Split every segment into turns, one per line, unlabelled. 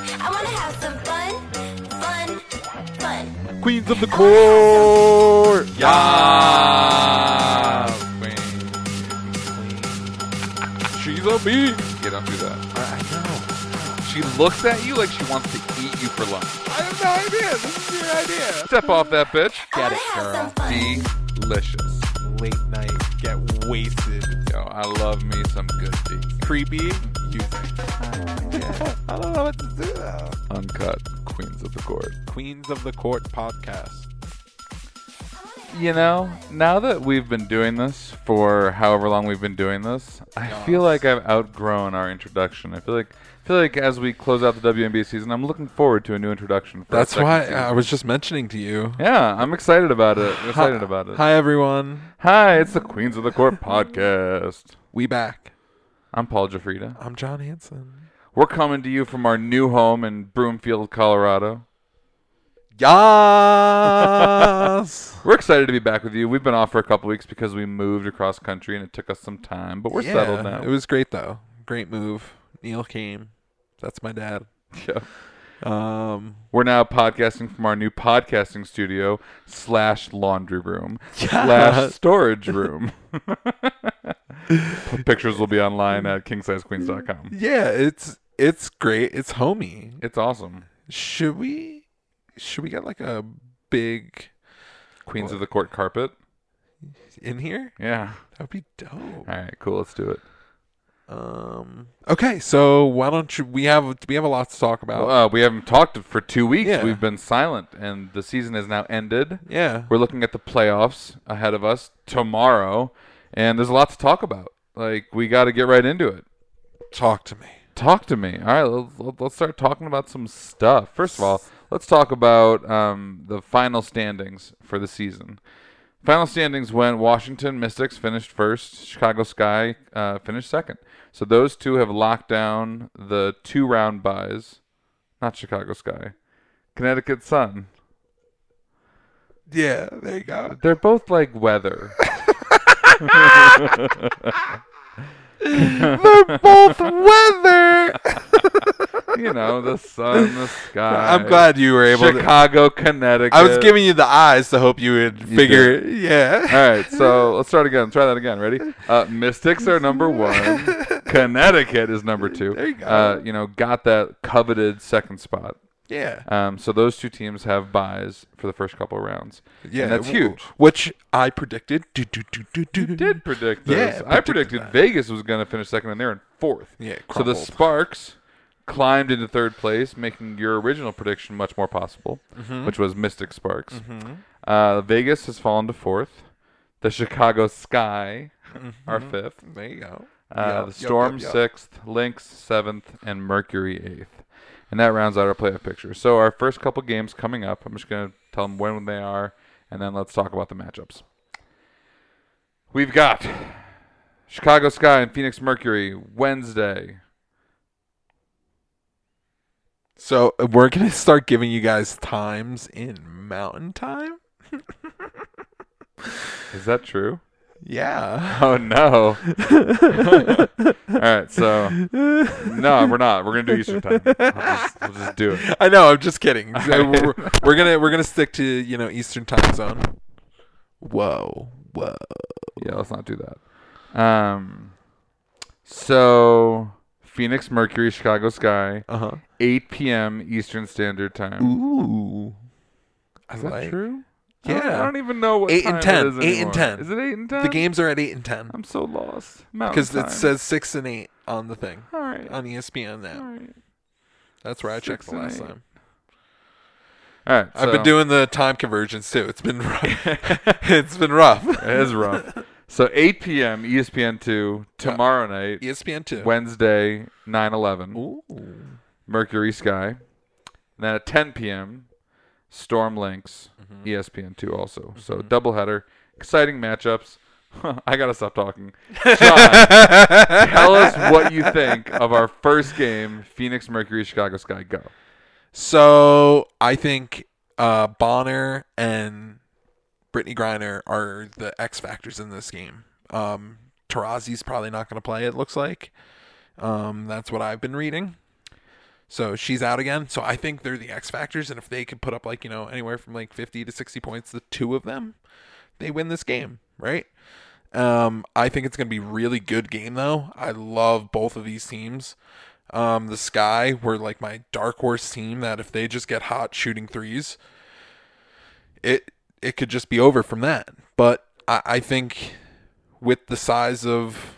have some fun, fun, fun.
Queens of the Court.
Yeah. She's a bee. You don't do that.
I know.
She looks at you like she wants to eat you for lunch. I have no idea. This is your idea. Step off that bitch.
I
Get
wanna
it,
have
girl.
some fun.
Delicious.
Late night, get wasted.
Yo, I love me some good tea.
Creepy, you think. I don't know what to do though.
Uncut Queens of the Court.
Queens of the Court podcast.
You know, now that we've been doing this for however long we've been doing this, I feel like I've outgrown our introduction. I feel like I feel like as we close out the WNBA season, I'm looking forward to a new introduction. For our
That's
second
why
season.
I was just mentioning to you.
yeah, I'm excited about it. I'm excited
Hi-
about it. Hi.
Hi everyone.
it's the Queens of the Court podcast.
We back.
I'm Paul Jafrida.
I'm John Hanson.
We're coming to you from our new home in Broomfield, Colorado.
Yas.
We're excited to be back with you. We've been off for a couple weeks because we moved across country and it took us some time, but we're
Yeah,
settled now.
It was great though. Great move. Neil came. That's my dad.
Yeah.
Um
We're now podcasting from our new podcasting studio slash laundry room slash storage room. Pictures will be online at kingsizequeens.com.
Yeah, it's it's great. It's homey.
It's awesome.
Should we should we get like a big
Queens of the Court carpet.
in here?
Yeah.
That would be dope.
All right, cool. Let's do it.
Um okay, so why don't you we have we have a lot to talk about.
Well, uh, we haven't talked for two weeks.
Yeah.
We've been silent, and the season has now ended.
yeah.
We're looking at the playoffs ahead of us tomorrow, and there's a lot to talk about. Like, we got to get right into it.
Talk to me.
Talk to me. All right, let's- let's, let's start talking about some stuff. First of all, let's talk about um, the final standings for the season. Final standings when Washington Mystics finished first, Chicago Sky uh, finished second. So those two have locked down the two round buys. Not Chicago Sky, Connecticut Sun.
Yeah, there you go.
They're both like weather.
They're both weather.
you know, the sun, the sky.
I'm glad you were able to
Chicago, Connecticut.
I was giving you the eyes to hope you would
You Uh,
figure yeah.
All right, so let's start again. Try that again. Ready? Uh, Mystics are number one. Connecticut is number two.
There you go.
Uh, you know, got that coveted second spot.
Yeah.
Um, so those two teams have buys for the first couple of rounds.
Yeah.
and that's
w-
huge.
Which I predicted. Do, do, do, do, do.
You did predict
Yeah,
this. I
predicted
predicted
that.
Vegas was going to finish second, and they're in fourth.
Yeah,
So the
crumbled.
Sparks climbed into third place, making your original prediction much more possible,
Mm-hmm.
which was Mystic Sparks. Uh, Vegas has fallen to fourth. The Chicago Sky
Mm-hmm.
are fifth.
There you go.
Uh,
Yup,
the
yup,
Storm
yup, yup.
sixth, Lynx seventh, and Mercury eighth. And that rounds out our playoff picture. So our first couple games coming up. I'm just gonna tell them when they are, and then let's talk about the matchups. We've got Chicago Sky and Phoenix Mercury Wednesday.
So uh, we're gonna start giving you guys times in Mountain Time.
Is that true?
Yeah.
Oh no! All right, so no, we're not. We're gonna do Eastern time. We'll just, we'll just do it.
I know. I'm just kidding.
right.
we're, we're gonna we're gonna stick to you know Eastern Time Zone. Whoa, whoa.
Yeah, let's not do that. Um, so Phoenix Mercury, Chicago Sky,
Uh huh.
8 p.m. Eastern Standard Time.
Ooh. I
Is that
like-
true? I don't, I
Yeah.
don't even know what
Eight
time
and
it
10,
is
eight and
anymore.
10.
Is it eight and ten?
The games are at eight and ten
I'm so lost. Mountain
because
time.
it says six and eight on the thing
All right.
on E ESPN now.
All right.
That's where I
Six
checked the
and
last
eight.
time.
All right.
I've been
so-
doing the time conversions too. It's been rough. it's been rough.
It is rough. So 8 p.m. ESPN two tomorrow night,
ESPN too.
Wednesday 9/11.
Ooh.
Mercury Sky. And then at 10 p.m., Storm Lynx, E ESPN2 also. So doubleheader, exciting matchups. I got to stop talking. John, tell us what you think of our first game, Phoenix Mercury Chicago Sky. Go.
So I think uh, Bonner and Brittany Griner are the X factors in this game. Um, Tarazi's probably not going to play. It looks like. Um, that's what I've been reading. So she's out again. So I think they're the X factors, and if they could put up like you know anywhere from like fifty to sixty points, the two of them, they win this game, right? Um, I think it's going to be really good game though. I love both of these teams. Um, the Sky were like my dark horse team that if they just get hot shooting threes, it it could just be over from that. But I, I think with the size of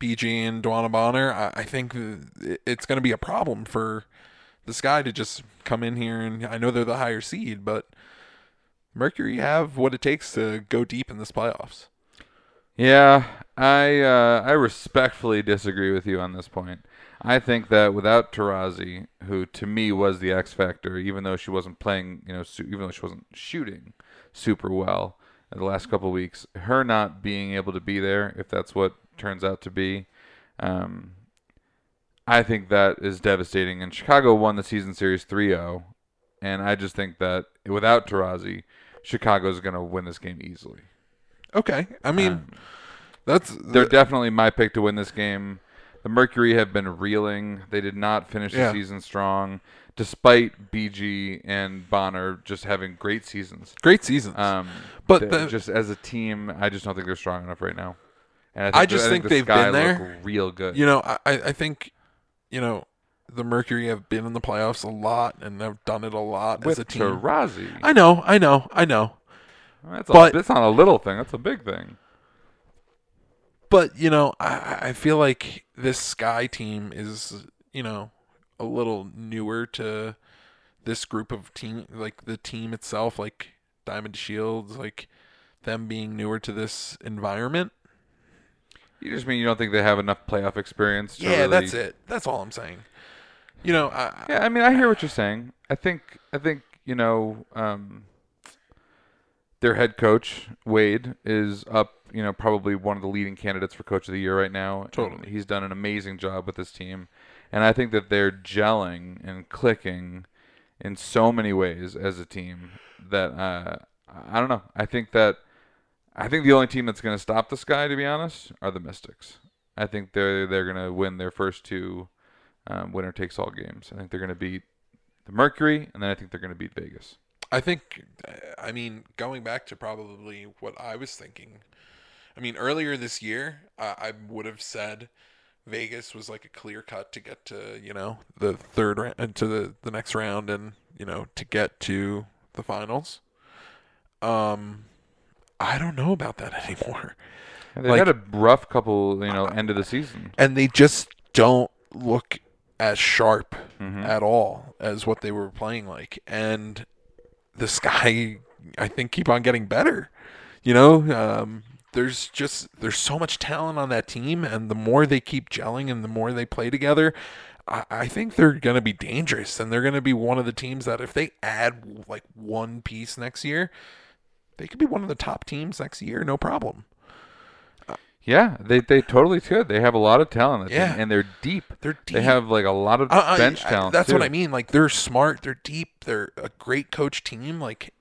BG and Dwana Bonner, I, I think it- it's going to be a problem for this guy to just come in here. And I know they're the higher seed, but Mercury have what it takes to go deep in this playoffs.
Yeah, I uh, I respectfully disagree with you on this point. I think that without Tarazi, who to me was the X factor, even though she wasn't playing, you know, su- even though she wasn't shooting super well in the last couple of weeks, her not being able to be there, if that's what turns out to be, um, I think that is devastating. And Chicago won the season series 3-0, and I just think that without Tarazi, Chicago's going to win this game easily.
Okay, I mean
Um,
that's
They're definitely my pick to win this game. The Mercury have been reeling. They did not finish
Yeah.
the season strong, despite BG and Bonner just having great seasons.
great seasons.
Um,
But
they-
the-
just as a team, I just don't think they're strong enough right now. And
I just think
the
they've
Sky
been there.
look real good.
you know, I, I I think you know the Mercury have been in the playoffs a lot and have done it a lot
with
as a team.
Tarazi.
I know, I know, I know.
that's, a-
but-
that's not a little thing. That's a big thing.
but you know, I, I feel like this Sky team is, you know, a little newer to this group of team, like the team itself, like Diamond Shields, like them being newer to this environment.
You just mean you don't think they have enough playoff experience? To
yeah,
really
that's it. That's all I'm saying. You know, I,
Yeah, I mean, I hear what you're saying. I think, I think you know, um, their head coach Wade is up. You know, probably one of the leading candidates for coach of the year right now. and
Totally.
he's done an amazing job with this team, and I think that they're gelling and clicking in so many ways as a team that uh, I I don't know. I think that I think the only team that's going to stop the sky, to be honest, are the Mystics. I think they're they're going to win their first two um, winner takes all games. I think they're going to beat the Mercury, and then I think they're going to beat Vegas.
I think, I mean, going back to probably what I was thinking. I mean, earlier this year, I, I would have said Vegas was like a clear cut to get to you know the third round to the the next round, and you know to get to the finals. Um, I don't know about that anymore,
They've
Like-
had a rough couple, you know, end of the season.
and they just don't look as sharp
Mhm.
at all as what they were playing like, and the sky I think keep on getting better. You know, um, there's just there's so much talent on that team, and the more they keep gelling and the more they play together, I, I think they're gonna be dangerous, and they're gonna be one of the teams that if they add like one piece next year, they could be one of the top teams next year, no problem.
Yeah, they they totally could. They have a lot of talent, on that
Yeah.
team, and they're deep.
They're deep.
They have like a lot of
I- I-
bench
I-
talent.
that's what
too.
I mean. Like they're smart, they're deep, they're a great coach team. Like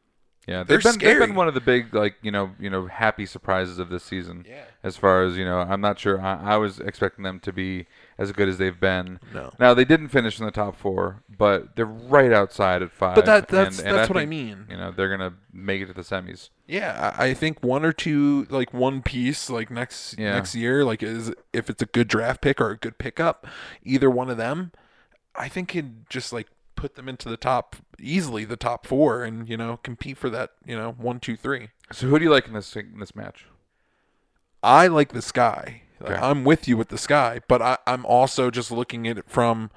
Yeah,
They're
they've been they've
scary.
been one of the big like you know you know happy surprises of this season.
Yeah.
As far as you know, I'm not sure. I, I was expecting them to be as good as they've been.
No.
Now they didn't finish in the top four, but they're right outside at five.
that- that's- that's what I
think,
mean.
You know, they're gonna make it to the semis.
Yeah, I I think one or two, like one piece, like next
Yeah.
next year, like is if it's a good draft pick or a good pickup, either one of them, I think can just like put them into the top easily, the top four, and you know compete for that, you know one, two, three.
So who do you like in this in this match?
I like the sky. Like,
Okay.
I'm with you with the sky, but I, I'm also just looking at it from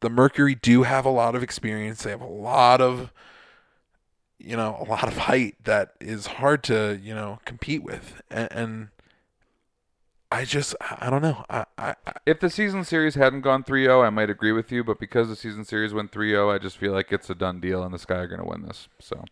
the Mercury do have a lot of experience. They have a lot of you know, a lot of height that is hard to, you know, compete with. And, and I just I I don't know. I, I, I
If the season series hadn't gone 3-0, I might agree with you, but because the season series went 3-0, I just feel like it's a done deal and the Sky are going to win this. So,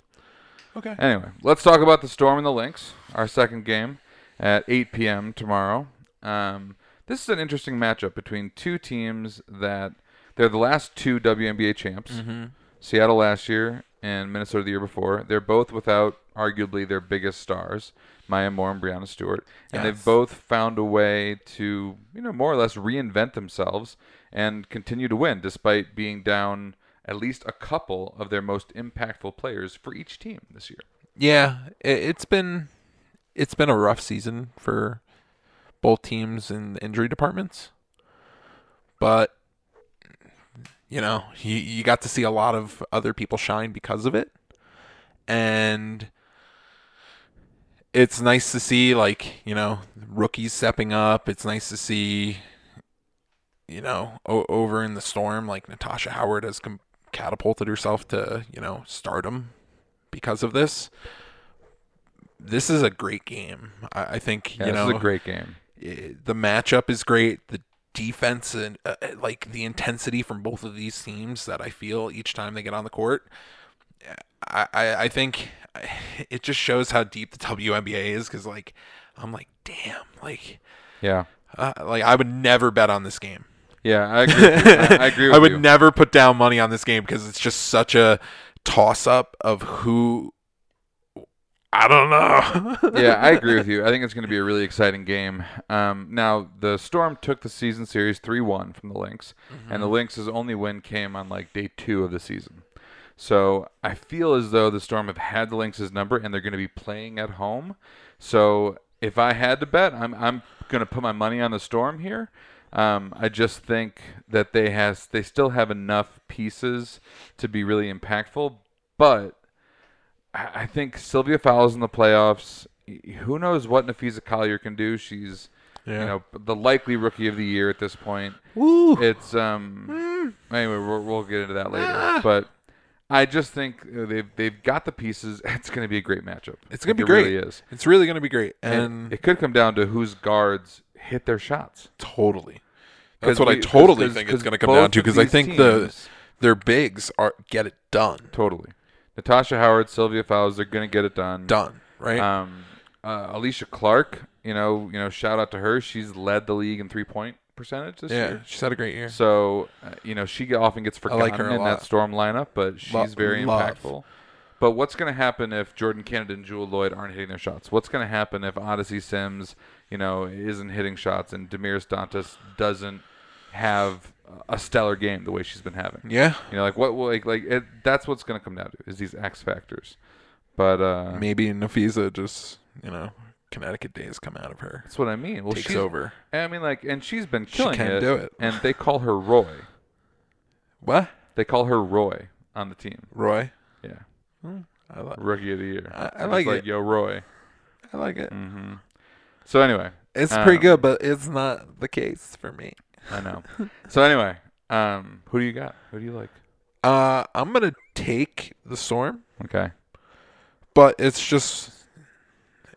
Okay.
Anyway, let's talk about the Storm and the Lynx, our second game at 8 p.m. tomorrow. Um, this is an interesting matchup between two teams that they're the last two WNBA champs
Mm-hmm.
Seattle last year and Minnesota the year before. They're both without arguably their biggest stars, Maya Moore and Brianna Stewart. And
Yes.
they've both found a way to, you know, more or less reinvent themselves and continue to win despite being down at least a couple of their most impactful players for each team this year.
Yeah, it, it's been it's been a rough season for both teams in the injury departments, but you know you you got to see a lot of other people shine because of it, and it's nice to see like you know rookies stepping up. It's nice to see you know o- over in the storm like Natasha Howard has com- catapulted herself to you know stardom because of this. This is a great game. I, I think
Yeah,
you
this
know
is a great game.
i- the matchup is great. The defense and uh, uh, like the intensity from both of these teams that I feel each time they get on the court. I I, I think it just shows how deep the WNBA is because like I'm like damn like
Yeah.
uh, like I would never bet on this game.
Yeah, I agree. with you. I, I agree with
I would
you.
never put down money on this game because it's just such a toss up of who. I don't know.
yeah, I agree with you. I think it's going to be a really exciting game. Um, now, the Storm took the season series 3 1 from the Lynx, and
Mm-hmm.
the Lynx's only win came on like day two of the season. So I feel as though the Storm have had the Lynx's number and they're going to be playing at home. So if I had to bet, I'm, I'm going to put my money on the Storm here. Um, I just think that they has they still have enough pieces to be really impactful, but I I think Sylvia Fowles in the playoffs. Who knows what Nafisa Collier can do? She's
Yeah.
you know the likely rookie of the year at this point.
Woo. Mm.
It's um anyway we'll, we'll get into that later,
Ah.
but I just think uh, they've they've got the pieces. It's going to be a great matchup.
It's
I think
gonna be
it
great.
Really is.
It's really gonna be great,
And
and
it could come down to whose guards hit their shots.
totally.
'Cause
That's what
we-
I totally
'cause-
think
'cause
it's gonna come
both
down to
of
because I
these
think the
teams-
their bigs are get it done,
totally. Natasha Howard, Sylvia Fowles, they're going to get it done.
done right.
Um, uh, Alicia Clark, you know, you know, shout out to her. She's led the league in three point percentage this
yeah,
year.
she's had a great year.
So, uh, you know, she often gets forgotten
like her a
in that
lot.
storm lineup, but she's
Lo-
very
love.
impactful. But what's going to happen if Jordan Canada and Jewel Lloyd aren't hitting their shots? What's going to happen if Odyssey Sims, you know, isn't hitting shots and Demiris Dantas doesn't have a stellar game the way she's been having?
Yeah,
You know, like what, like, like it, that's what's going to come down to is these X factors. But uh,
maybe Nafisa just you know Connecticut days come out of her.
That's what I mean. Well,
Takes
she's-
over.
I mean, like, and she's been killing
can
it,
do it.
And they call her Roy.
What
They call her Roy on the team.
Roy?
Yeah,
I, li-
rookie of the year.
I- I
It's
like
like
it.
yo Roy.
I like it.
So anyway,
It's
Mm. um,
pretty good, but it's not the case for me.
I know. so anyway, um, who do you got? Who do you like?
Uh, I'm gonna take the storm,
Okay,
but it's just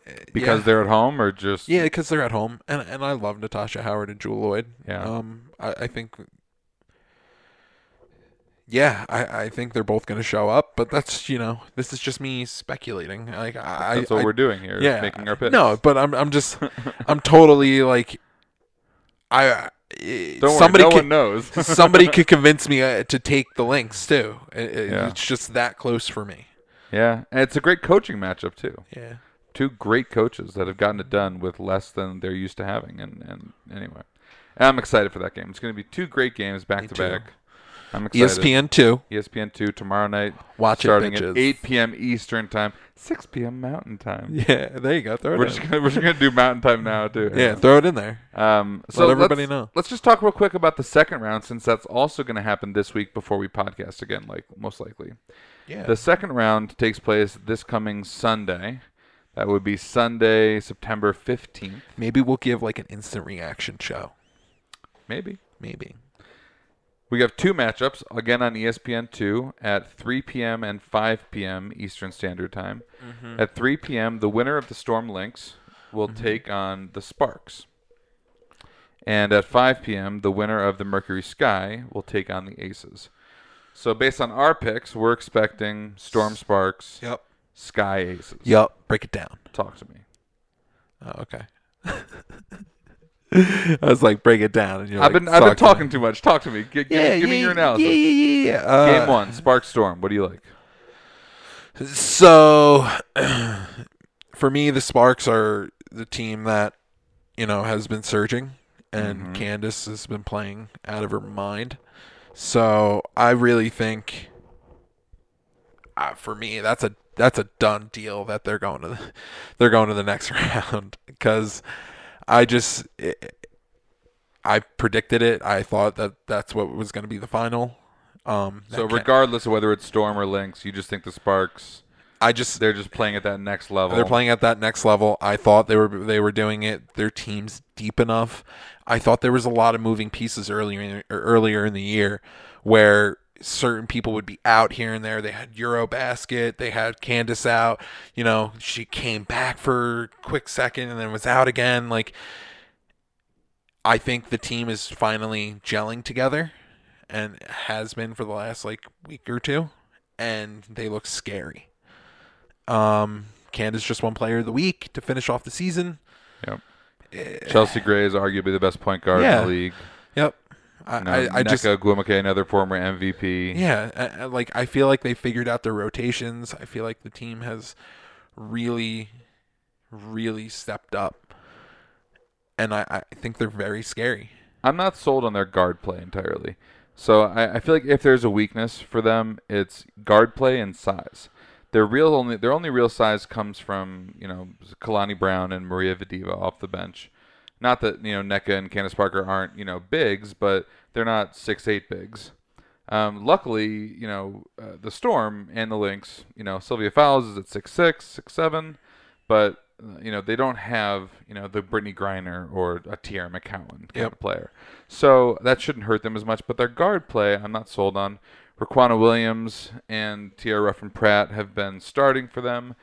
eh,
because
yeah.
they're at home or just
Yeah, because they're at home, and and I love Natasha Howard and Jewel Lloyd.
Yeah.
Um, I, I think. Yeah, I, I think they're both going to show up, but that's you know this is just me speculating. Like I,
That's what
I-
we're doing here. is
yeah,
making our picks.
No, but I'm I'm just I'm totally like I
don't worry.
somebody
no
could,
one knows.
somebody could convince me uh, to take the links too. It- it-
Yeah.
It's just that close for me.
yeah, and it's a great coaching matchup too.
Yeah.
two great coaches that have gotten it done with less than they're used to having. And, and anyway, And I'm excited for that game. It's going to be two great games back to
too.
back. I'm
E
excited. E
ESPN too.
ESPN two tomorrow night.
Watch it,
starting
bitches.
at 8 p.m. Eastern time, 6 p.m. Mountain time.
Yeah, there you go. Throw
We're just gonna, we're just gonna do Mountain time now too.
yeah, throw it in there.
Um, so
everybody
let's,
know.
Let's just talk real quick about the second round, since that's also going to happen this week before we podcast again, like most likely.
Yeah.
The second round takes place this coming Sunday. That would be Sunday, September 15th,
Maybe we'll give like an instant reaction show.
maybe.
Maybe.
We have two matchups again on E ESPN2 at 3 p.m. and 5 p.m. Eastern Standard Time.
Mm-hmm.
At 3 p.m., the winner of the Storm Lynx will take on the Sparks. And at 5 p.m., the winner of the Mercury Sky will take on the Aces. So, based on our picks, we're expecting Storm Sparks,
Yep.
Sky Aces.
Yep. Break it down.
Talk to me.
Oh, okay. I was like, break it down, and you're
I've
like,
been I've been
"Talk to me."
talking too much. Talk to me. Gi- gi-
Yeah,
give me
yeah,
your analysis.
Yeah, yeah, yeah. yeah.
Game
Uh,
one, Spark Storm. What do you like?
So, for me, the Sparks are the team that you know has been surging, and Candace has been playing out of her mind. So I really think, uh, for me, that's a that's a done deal that they're going to the, they're going to the next round because I just it, I predicted it. I thought that that's what was going to be the final. Um,
So
that Can-
regardless of whether it's Storm or Lynx, you just think the Sparks
I just
they're just playing at that next level.
They're playing at that next level. I thought they were they were doing it. Their team's deep enough. I thought there was a lot of moving pieces earlier in, or earlier in the year where certain people would be out here and there. They had Eurobasket. They had Candace out. You know, she came back for a quick second and then was out again. Like I think the team is finally gelling together and has been for the last like week or two and they look scary. Um, Candace just one player of the week to finish off the season.
Yep. Chelsea Gray is arguably the best point guard
Yeah.
in the league.
Yep. I,
You know,
I, I just
Nneka Agwuemeke, another former MVP.
yeah, I, I- like I feel like they figured out their rotations. I feel like the team has really, really stepped up, and I, I think they're very scary.
I'm not sold on their guard play entirely. So I, I feel like if there's a weakness for them, it's guard play and size. Their real only their only real size comes from you know Kalani Brown and Maria Vadiva off the bench. Not that you know NECA and Candace Parker aren't you know bigs, but they're not six eight bigs. Um, luckily, you know uh, the Storm and the Lynx. You know Sylvia Fowles is at six six six seven, but uh, you know they don't have you know the Brittany Griner or a Tierra McCowan kind
Yep.
of player. So that shouldn't hurt them as much. But their guard play, I'm not sold on. Raquana Williams and Tierra Ruffin Pratt have been starting for them.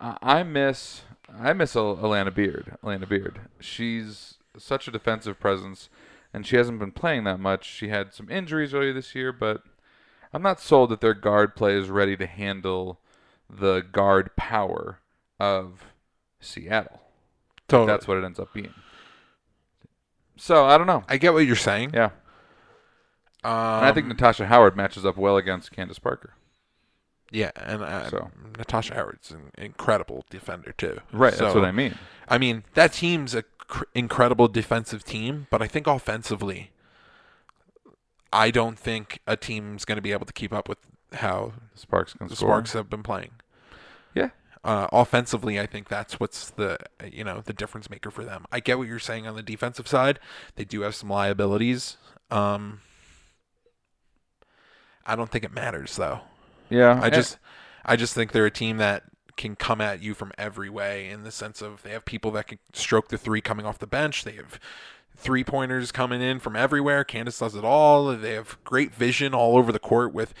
Uh, I miss I miss Al- Alana Beard. Alana Beard. She's such a defensive presence, and she hasn't been playing that much. She had some injuries earlier this year, but I'm not sold that their guard play is ready to handle the guard power of Seattle.
So
That's what it ends up being. So I don't know.
I get what you're saying.
Yeah.
Um,
And I think Natasha Howard matches up well against Candace Parker.
yeah, and uh,
So.
Natasha Howard's an incredible defender too. So,
that's what I mean.
I mean, that team's a cr- incredible defensive team, but I think offensively, I don't think a team's going to be able to keep up with how
Sparks can
the
score.
Sparks have been playing.
Yeah.
Uh, offensively, I think that's what's the you know the difference maker for them. I get what you're saying on the defensive side; they do have some liabilities. Um, I don't think it matters though.
Yeah.
I just I just think they're a team that can come at you from every way in the sense of they have people that can stroke the three coming off the bench. They have three pointers coming in from everywhere. Candace does it all. They have great vision all over the court with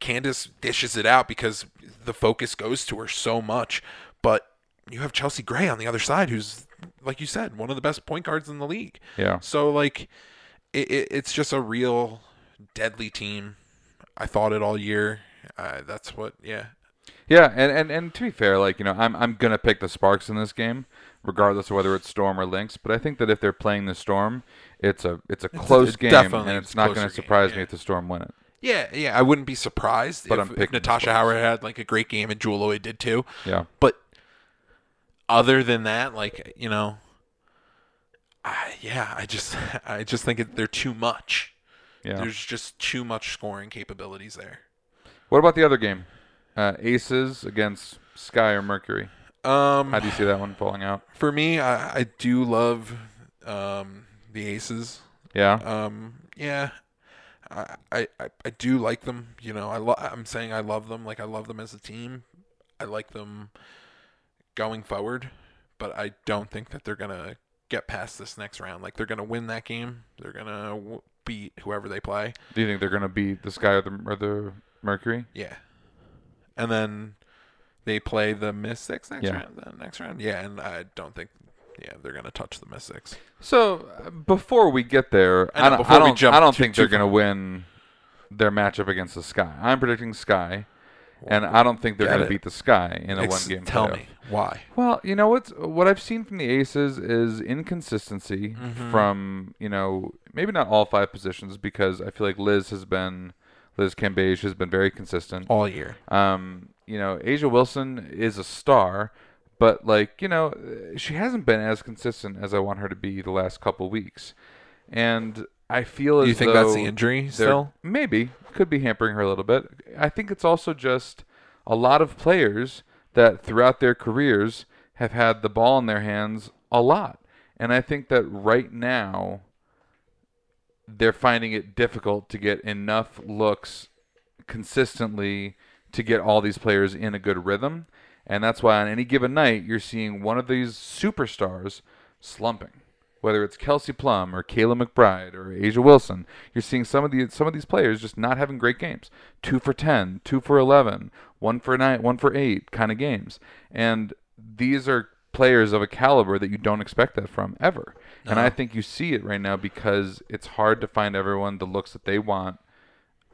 Candace dishes it out because the focus goes to her so much. But you have Chelsea Gray on the other side who's like you said, one of the best point guards in the league.
Yeah.
So like, it, it, it's just a real deadly team. I thought it all year. Uh, that's what. Yeah.
Yeah, and, and, and to be fair, like, you know, I'm I'm gonna pick the Sparks in this game, regardless of whether it's Storm or Lynx, but I think that if they're playing the Storm, it's a it's a close game
definitely
and
it's
it's not
closer
gonna
game,
surprise
yeah.
me if the Storm win it.
Yeah, yeah. I wouldn't be surprised
But I'm
if, if
picking the
Natasha
Spurs.
Howard had like a great game and Jewel Lloyd did too.
Yeah.
But other than that, like you know, I, yeah, I just I just think it, they're too much.
Yeah.
There's just too much scoring capabilities there.
What about the other game? Uh, Aces against Sky or Mercury.
Um,
How do you see that one falling out?
for me, I, I do love um, the Aces.
Yeah.
Um, yeah, I, I, I I do like them. You know, I lo- I'm saying I love them. Like I love them as a team. I like them going forward, but I don't think that they're gonna get past this next round. Like they're gonna win that game. They're gonna w- beat whoever they play.
Do you think they're gonna beat the Sky or the or the Mercury?
Yeah, and then they play the Mystics next
Yeah.
round. The next round. Yeah, and I don't think. Yeah, they're gonna touch the Mystics.
So uh, before we get there,
I know,
I don't,
before
I
we
don't,
jump
I don't
too-
think they're
too
going to win their matchup against the Sky. I'm predicting Sky, and I don't think they're
Get
going
it.
to beat the Sky in a
Ex-
one-game
Tell
playoff.
me why.
Well, you know what's what I've seen from the Aces is inconsistency
Mm-hmm.
from you know maybe not all five positions because I feel like Liz has been Liz Cambage has been very consistent.
All year.
Um, you know, Asia Wilson is a star, but like, you know, she hasn't been as consistent as I want her to be the last couple weeks. and I feel as
Do you think that's the
though
injury
they're-
still?
Maybe could be hampering her a little bit. I think it's also just a lot of players that throughout their careers have had the ball in their hands a lot, and I think that right now they're finding it difficult to get enough looks consistently to get all these players in a good rhythm. And that's why on any given night, you're seeing one of these superstars slumping. Whether it's Kelsey Plum or Kayla McBride or Asia Wilson, you're seeing some of these some of these players just not having great games. Two for 10, two for 11, one for nine, one for eight kind of games. And these are players of a caliber that you don't expect that from ever. And I think you see it right now because it's hard to find everyone the looks that they want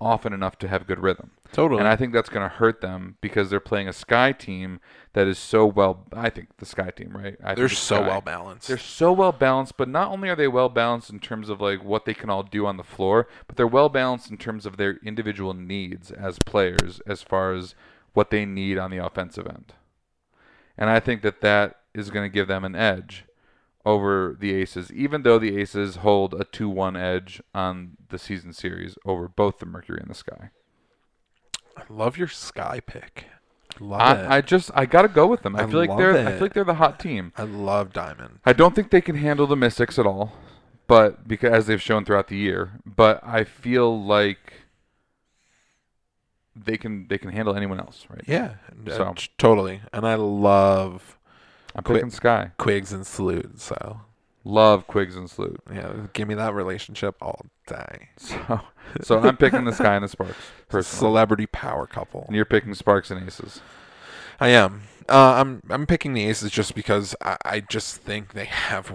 often enough to have good rhythm.
Totally.
And I think that's going to hurt them because they're playing a Sky team that is so well. I think the Sky team, right? I think
They're
the
so
Sky-
well balanced.
They're so well balanced, but not only are they well balanced in terms of like what they can all do on the floor, but they're well balanced in terms of their individual needs as players, as far as what they need on the offensive end. And I think that that is going to give them an edge over the Aces, even though the Aces hold a 2 1 edge on the season series over both the Mercury and the Sky.
I love your sky pick. I love it.
I, I just, I got to go with them. I,
I
feel like
love
they're, I
it.
feel like they're the hot team.
I love Diamond.
I don't think they can handle the Mystics at all, but because as they've shown throughout the year, but I feel like they can they can handle anyone else, right?
Yeah, and, uh,
So-
t- totally. And I love
I'm
Quick.
picking Sky.
Quigs and Salute. So
Love Quigs and Sloot.
yeah, give me that relationship all day.
So so I'm picking the Sky and the Sparks personally.
Celebrity power couple.
and you're picking Sparks and Aces.
I am. Uh, I'm I'm picking the Aces just because I, I just think they have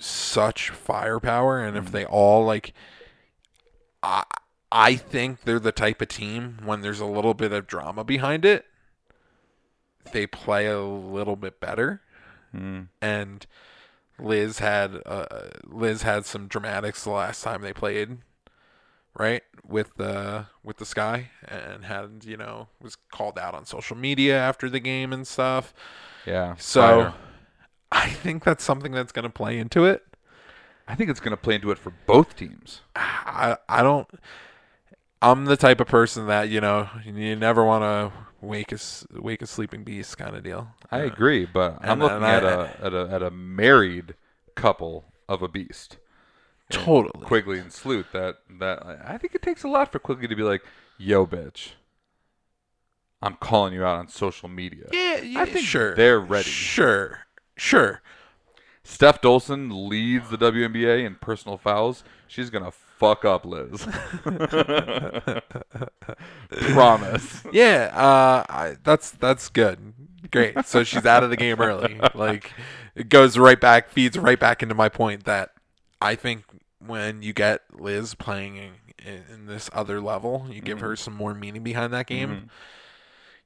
such firepower, and if they all like, I I think they're the type of team when there's a little bit of drama behind it, they play a little bit better,
Hmm.
and. Liz had uh, Liz had some dramatics the last time they played, right? With the with the sky and had you know was called out on social media after the game and stuff.
Yeah.
So
fire.
I think that's something that's going to play into it.
I think it's going to play into it for both teams.
I I don't. I'm the type of person that you know you never want to wake a s- wake a sleeping beast kind of deal. Uh,
I agree, but I'm
and-
looking
and
at
I-
a at a at a married couple of a beast.
Totally.
Quigley and Sloot that that I think it takes a lot for Quigley to be like, "Yo, bitch, I'm calling you out on social media."
Yeah, yeah,
I think
sure.
they're ready.
Sure, sure.
Steph Dolson leads the WNBA in personal fouls. She's gonna fuck up Liz. Promise.
Yeah, uh, I, that's that's good. Great. So she's out of the game early. Like it goes right back, feeds right back into my point that I think when you get Liz playing in, in this other level, you
Mm-hmm.
give her some more meaning behind that game.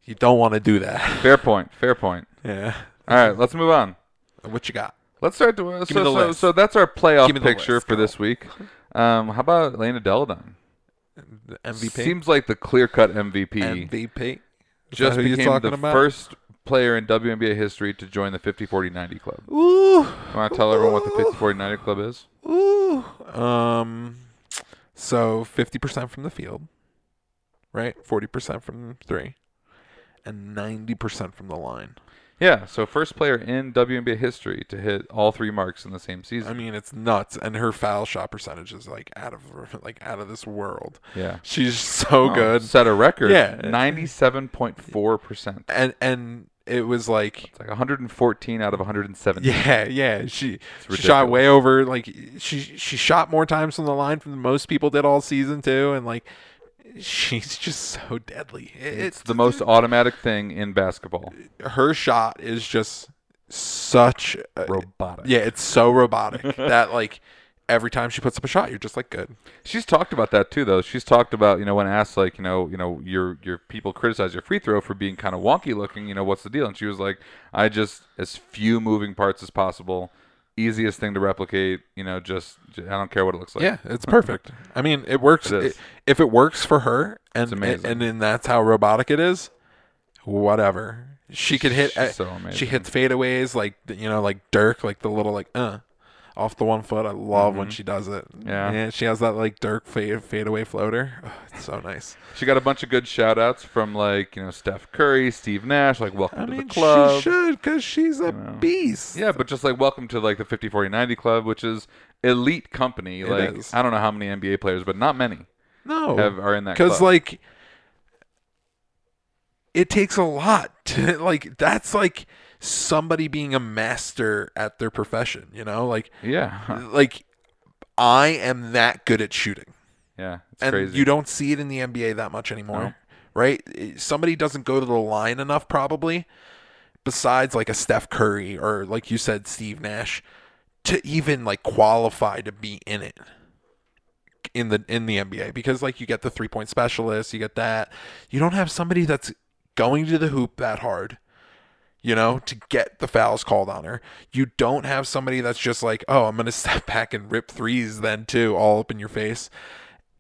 You don't want to do that.
Fair point. Fair point.
Yeah.
All right, let's move on.
What you got?
Let's start to uh, so,
the
so,
list.
so that's our playoff
Give me the
picture
list.
for this week. Um, how about Lena Deladon?
The MVP.
Seems like the clear-cut MVP.
MVP. Is
just
that who you're
became the
talking about?
first player in WNBA history to join the 50 40 90 club.
Ooh.
You want to tell everyone what the 50 40 90 club is?
Ooh. Um. So fifty percent from the field, right? Forty percent from three, and ninety percent from the line.
Yeah, so first player in WNBA history to hit all three marks in the same
I
season.
mean, it's nuts. And her foul shot percentage is like out of like out of this world.
Yeah.
She's so
Oh,
good.
Set a record.
Yeah.
97.4%. It's
And and it was like
like 114 out of 170.
yeah yeah she she shot
ridiculous.
way over like she she shot more times from the line than most people did all season too and like she's just so deadly It-
It's the most automatic thing in basketball.
her shot is just such a,
Robotic.
yeah it's so robotic that like every time she puts up a shot you're just like good
She's talked about that too, though. She's talked about you know when asked like you know you know your your people criticize your free throw for being kind of wonky looking. You know what's the deal? And she was like, I just as few moving parts as possible, easiest thing to replicate. You know, just j- I don't care what it looks like.
yeah it's perfect i mean it works
It is.
i- if it works for her and
amazing.
and then that's how robotic it is whatever she could hit eh,
She's so
she
amazing.
hits fadeaways like you know like dirk like the little like uh off the one foot. I love when she does it.
Yeah.
and she has that like Dirk fade fadeaway floater. Oh, it's so nice.
She got a bunch of good shout outs from like, you know, Steph Curry, Steve Nash, like welcome
I
to
mean,
the club.
she should because she's a beast.
Yeah, but just like welcome to like the 50 40 90 club, which is elite company. like
is.
I don't know how many NBA players, but not many
no,
have are in that
because
club.
like it takes a lot to like that's like somebody being a master at their profession you know like
yeah.
like i am that good at shooting
Yeah, it's
and
crazy.
you don't see it in the nba that much anymore right It- somebody doesn't go to the line enough probably besides like a steph curry or like you said steve nash to even like qualify to be in it in the in the NBA because like you get the three point specialist, you get that. You don't have somebody that's going to the hoop that hard, you know, to get the fouls called on her. You don't have somebody that's just like, oh, I'm gonna step back and rip threes then too, all up in your face.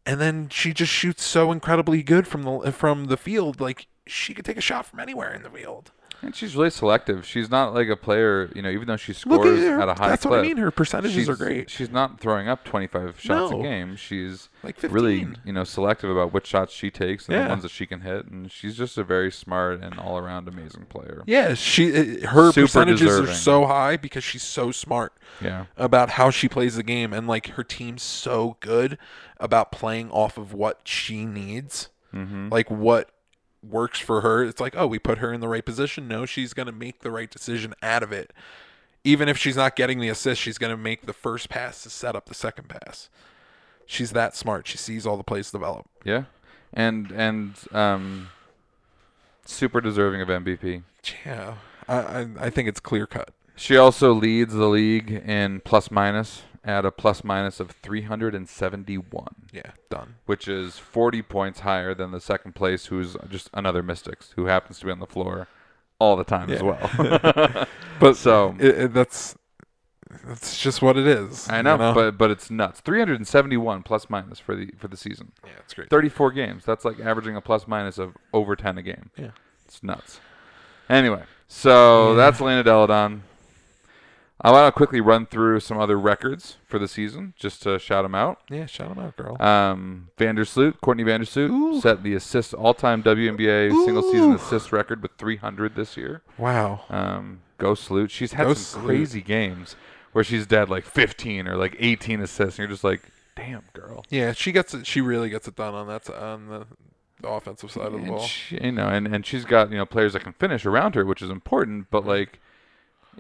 And then she just shoots so incredibly good from the from the field, like she could take a shot from anywhere in the field.
and she's really selective. She's not like a player, you know, even though she
Look
scores
at her.
at a high
that's
clip.
what I mean. Her percentages
she's,
are great.
She's not throwing up 25 shots a
No.
game. She's
Like
really,
15.
you know, selective about which shots she takes and the
Yeah.
ones that she can hit. And she's just a very smart and all around amazing player.
Yeah, she uh, her
Super
percentages
deserving.
are so high because she's so smart
Yeah.
about how she plays the game and like her team's so good about playing off of what she needs. Mm-hmm. Like what works for her. It's like, "Oh, we put her in the right position. No, she's going to make the right decision out of it." Even if she's not getting the assist, she's going to make the first pass to set up the second pass. She's that smart. She sees all the plays develop.
Yeah. And, and, um, super deserving of MVP.
Yeah. I I, I think it's clear cut.
She also leads the league in plus minus at a plus minus of 371.
Yeah, done.
which is 40 points higher than the second place, who's just another Mystics who happens to be on the floor all the time as well.
But
so
it, it- that's that's just what it is.
I
you
know, but but it's nuts. 371 plus minus for the for the season.
yeah, it's great.
34 games. That's like averaging a plus minus of over 10 a game.
Yeah.
It's nuts. Anyway, so that's Lena Deladon. I want to quickly run through some other records for the season, just to shout them out.
yeah, shout 'em out, girl.
Um, Vandersloot, Courtney Vandersloot, set the assist all-time WNBA single season assist record with 300 this year.
wow.
Um, go Sloot. She's had
Go
some
Sloot.
crazy games where she's dead like 15 or like 18 assists, and you're just like, damn, girl.
Yeah, she gets it. She really gets it done on that on the, the offensive side of the
And
ball.
she, you know, and, and she's got you know players that can finish around her, which is important. But like,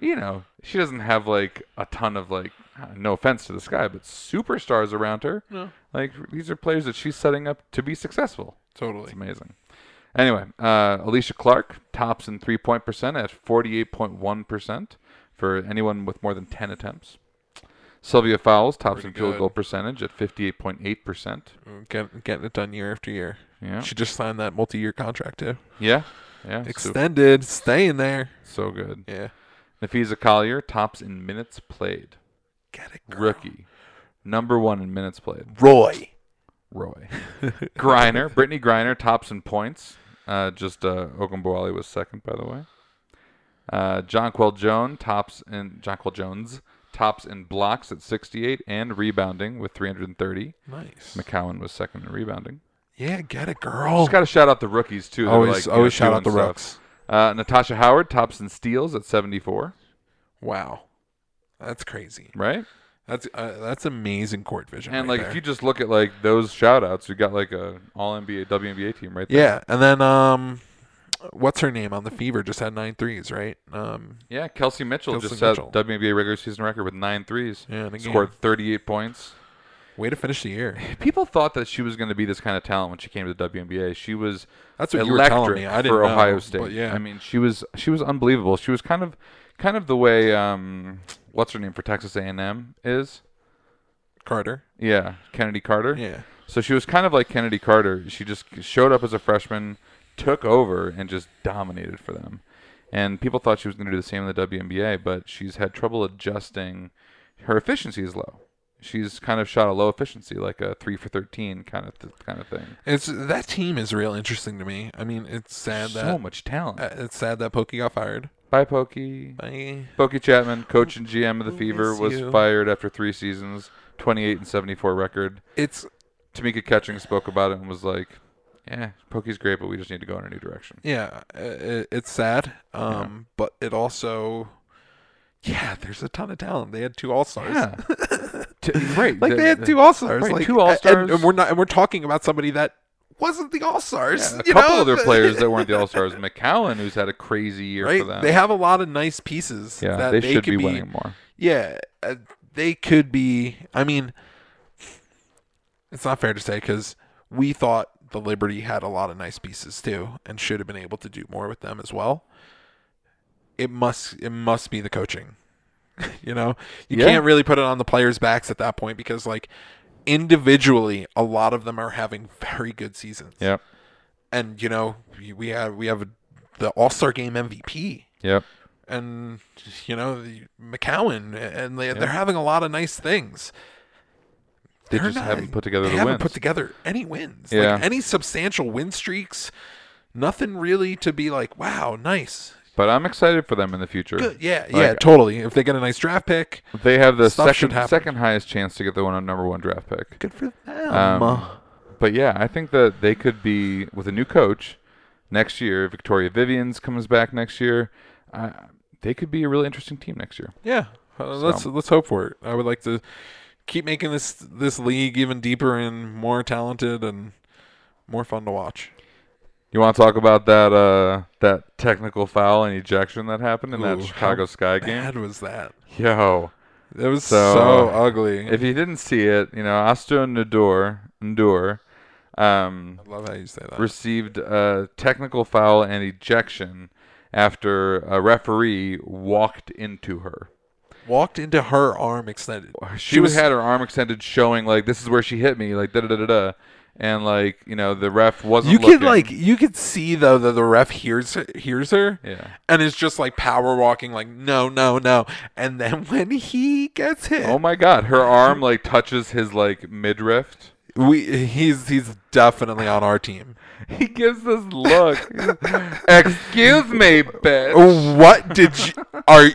you know, she doesn't have like a ton of like, no offense to this guy, but superstars around her.
No.
Like these are players that she's setting up to be successful.
totally.
It's amazing. Anyway, uh, Alicia Clark tops in three point percent at 48.1% for anyone with more than 10 attempts. Sylvia Fowles tops in
Pretty
field
good.
goal percentage at 58.8%.
Get, getting it done year after year.
Yeah.
She just signed that multi-year contract too.
Yeah. Yeah. So,
Extended, staying there.
so good.
Yeah.
Nafisa Collier tops in minutes played.
Get it, girl.
Rookie. Number one in minutes played.
Roy.
Roy. Griner, Brittany Griner tops in points. Uh, just uh, Ogunbowale was second, by the way. Uh, Jonquel Jones tops in Jonquel Jones tops in blocks at 68 and rebounding with 330.
Nice.
McCowan was second in rebounding.
Yeah, get it, girl.
Just got to shout out the rookies too. They're,
Oh. Always,
like, you
always
know,
shout out the
doing stuff.
rooks.
Uh, Natasha Howard tops in steals at 74.
Wow. That's crazy.
Right.
That's uh, that's amazing court vision.
And
right
like
there.
if you just look at like those shout outs, you got like a All NBA WNBA team right there.
Yeah, and then um, what's her name on the Fever just had nine threes, right? Um,
Yeah, Kelsey Mitchell
Kelsey
just set
Mitchell.
WNBA regular season record with nine threes.
Yeah, in a
scored 38 points.
way to finish the year.
People thought that she was going to be this kind of talent when she came to the WNBA. She was
That's what you were
electric
telling me. I didn't
for
know,
Ohio
but
State.
yeah.
I mean, she was she was unbelievable. She was kind of kind of the way um, what's her name for Texas A&M is.
Carter.
Yeah, Kennedy Carter.
Yeah.
So she was kind of like Kennedy Carter. She just showed up as a freshman, took over, and just dominated for them. And people thought she was going to do the same in the WNBA, but she's had trouble adjusting. Her efficiency is low. She's kind of shot a low efficiency, like a three for thirteen kind of th- kind of thing.
It's that team is real interesting to me. I mean, it's sad
so
that
much talent.
uh, it's sad that Pokey got fired.
Bye, Pokey.
Bye.
Pokey Chapman, coach and GM of the Fever,
miss
was
you.
fired after three seasons, 28 and 74 record.
It's
Tamika Catching spoke about it and was like, "Yeah, Pokey's great, but we just need to go in a new direction."
yeah, i- i it's sad. Um, but it also, yeah, there's a ton of talent. They had two all stars.
Yeah, T- right.
Like
the-
they had
the-
two all stars.
right,
Like
two All-Stars.
and, and we're not. And we're talking about somebody that wasn't the all stars.
yeah, a couple other players that weren't the all stars. McCowan, who's had a crazy year
Right,
for them.
they have a lot of nice pieces.
yeah,
that
they, should
could
be, winning more.
Yeah, uh, they could be. I mean, it's not fair to say because we thought the Liberty had a lot of nice pieces too, and should have been able to do more with them as well. It must. It must be the coaching. you know, you
Yeah.
can't really put it on the players' backs at that point because, like, individually, a lot of them are having very good seasons.
Yep,
And you know, we- we have we have the All Star Game MVP
yep.
and you know the McCowan, and they,
Yeah.
they're having a lot of nice things.
They
They're
just
not-
haven't put together
They
the
haven't
wins.
put together any wins,
Yeah.
like any substantial win streaks. Nothing really to be like, wow, nice,
but I'm excited for them in the future.
good, yeah,
Like,
yeah, totally. If they get a nice draft pick,
They have the
Stuff
second
should happen.
second highest chance to get the one on number one draft pick.
good for them. Uh,
Um, but yeah, I think that they could be with a new coach next year. Victoria Vivian's comes back next year. Uh, they could be a really interesting team next year.
yeah, uh, let's
so-
let's hope for it. I would like to keep making this this league even deeper and more talented and more fun to watch.
You want to talk about that uh, that technical foul and ejection that happened in
Ooh,
that Chicago
how
Sky
Bad
game?
was that?
Yo,
That was so,
So,
ugly.
if you didn't see it, you know Astro Nador Nador um,
I love how you say that.
received a technical foul and ejection after a referee walked into her.
walked into her arm extended.
she, was, had her arm extended, showing like this is where she hit me, like da da da da da, and like you know the ref wasn't.
You
looking.
could like you could see though that the ref hears hears her,
Yeah.
and is just like power walking, like no no no. And then when he gets hit,
oh my god, her arm like touches his like midriff.
we he's he's definitely on our team.
He gives this look. Excuse me, bitch.
What did you are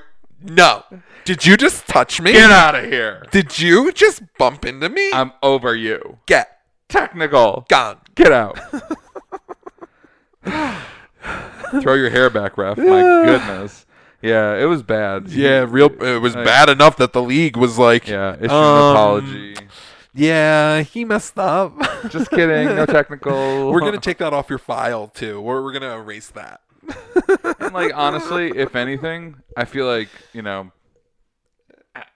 no? Did you just touch me?
Get out of here.
Did you just bump into me?
I'm over you.
Get
Technical.
gone.
Get out. Throw your hair back, ref. My goodness. Yeah, it was bad.
Yeah, real. It was
Like-
bad enough that the league was like,
Yeah, issue an
Um,
apology.
yeah, he messed up.
Just kidding. No technical.
We're gonna take that off your file too. We're we're gonna erase that.
And, like honestly, if anything, I feel like you know,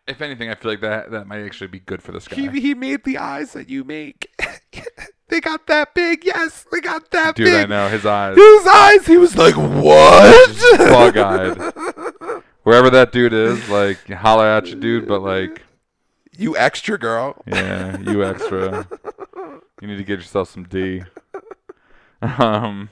if anything, I feel like that that might actually be good for this guy.
He he made the eyes that you make. they got that big. Yes, they got that
Dude,
big.
I know his eyes,
His eyes. He was like, what?
bug eyed. Wherever that dude is, like holler at you, dude. But like,
you extra girl.
yeah, you extra. You need to get yourself some D. Um,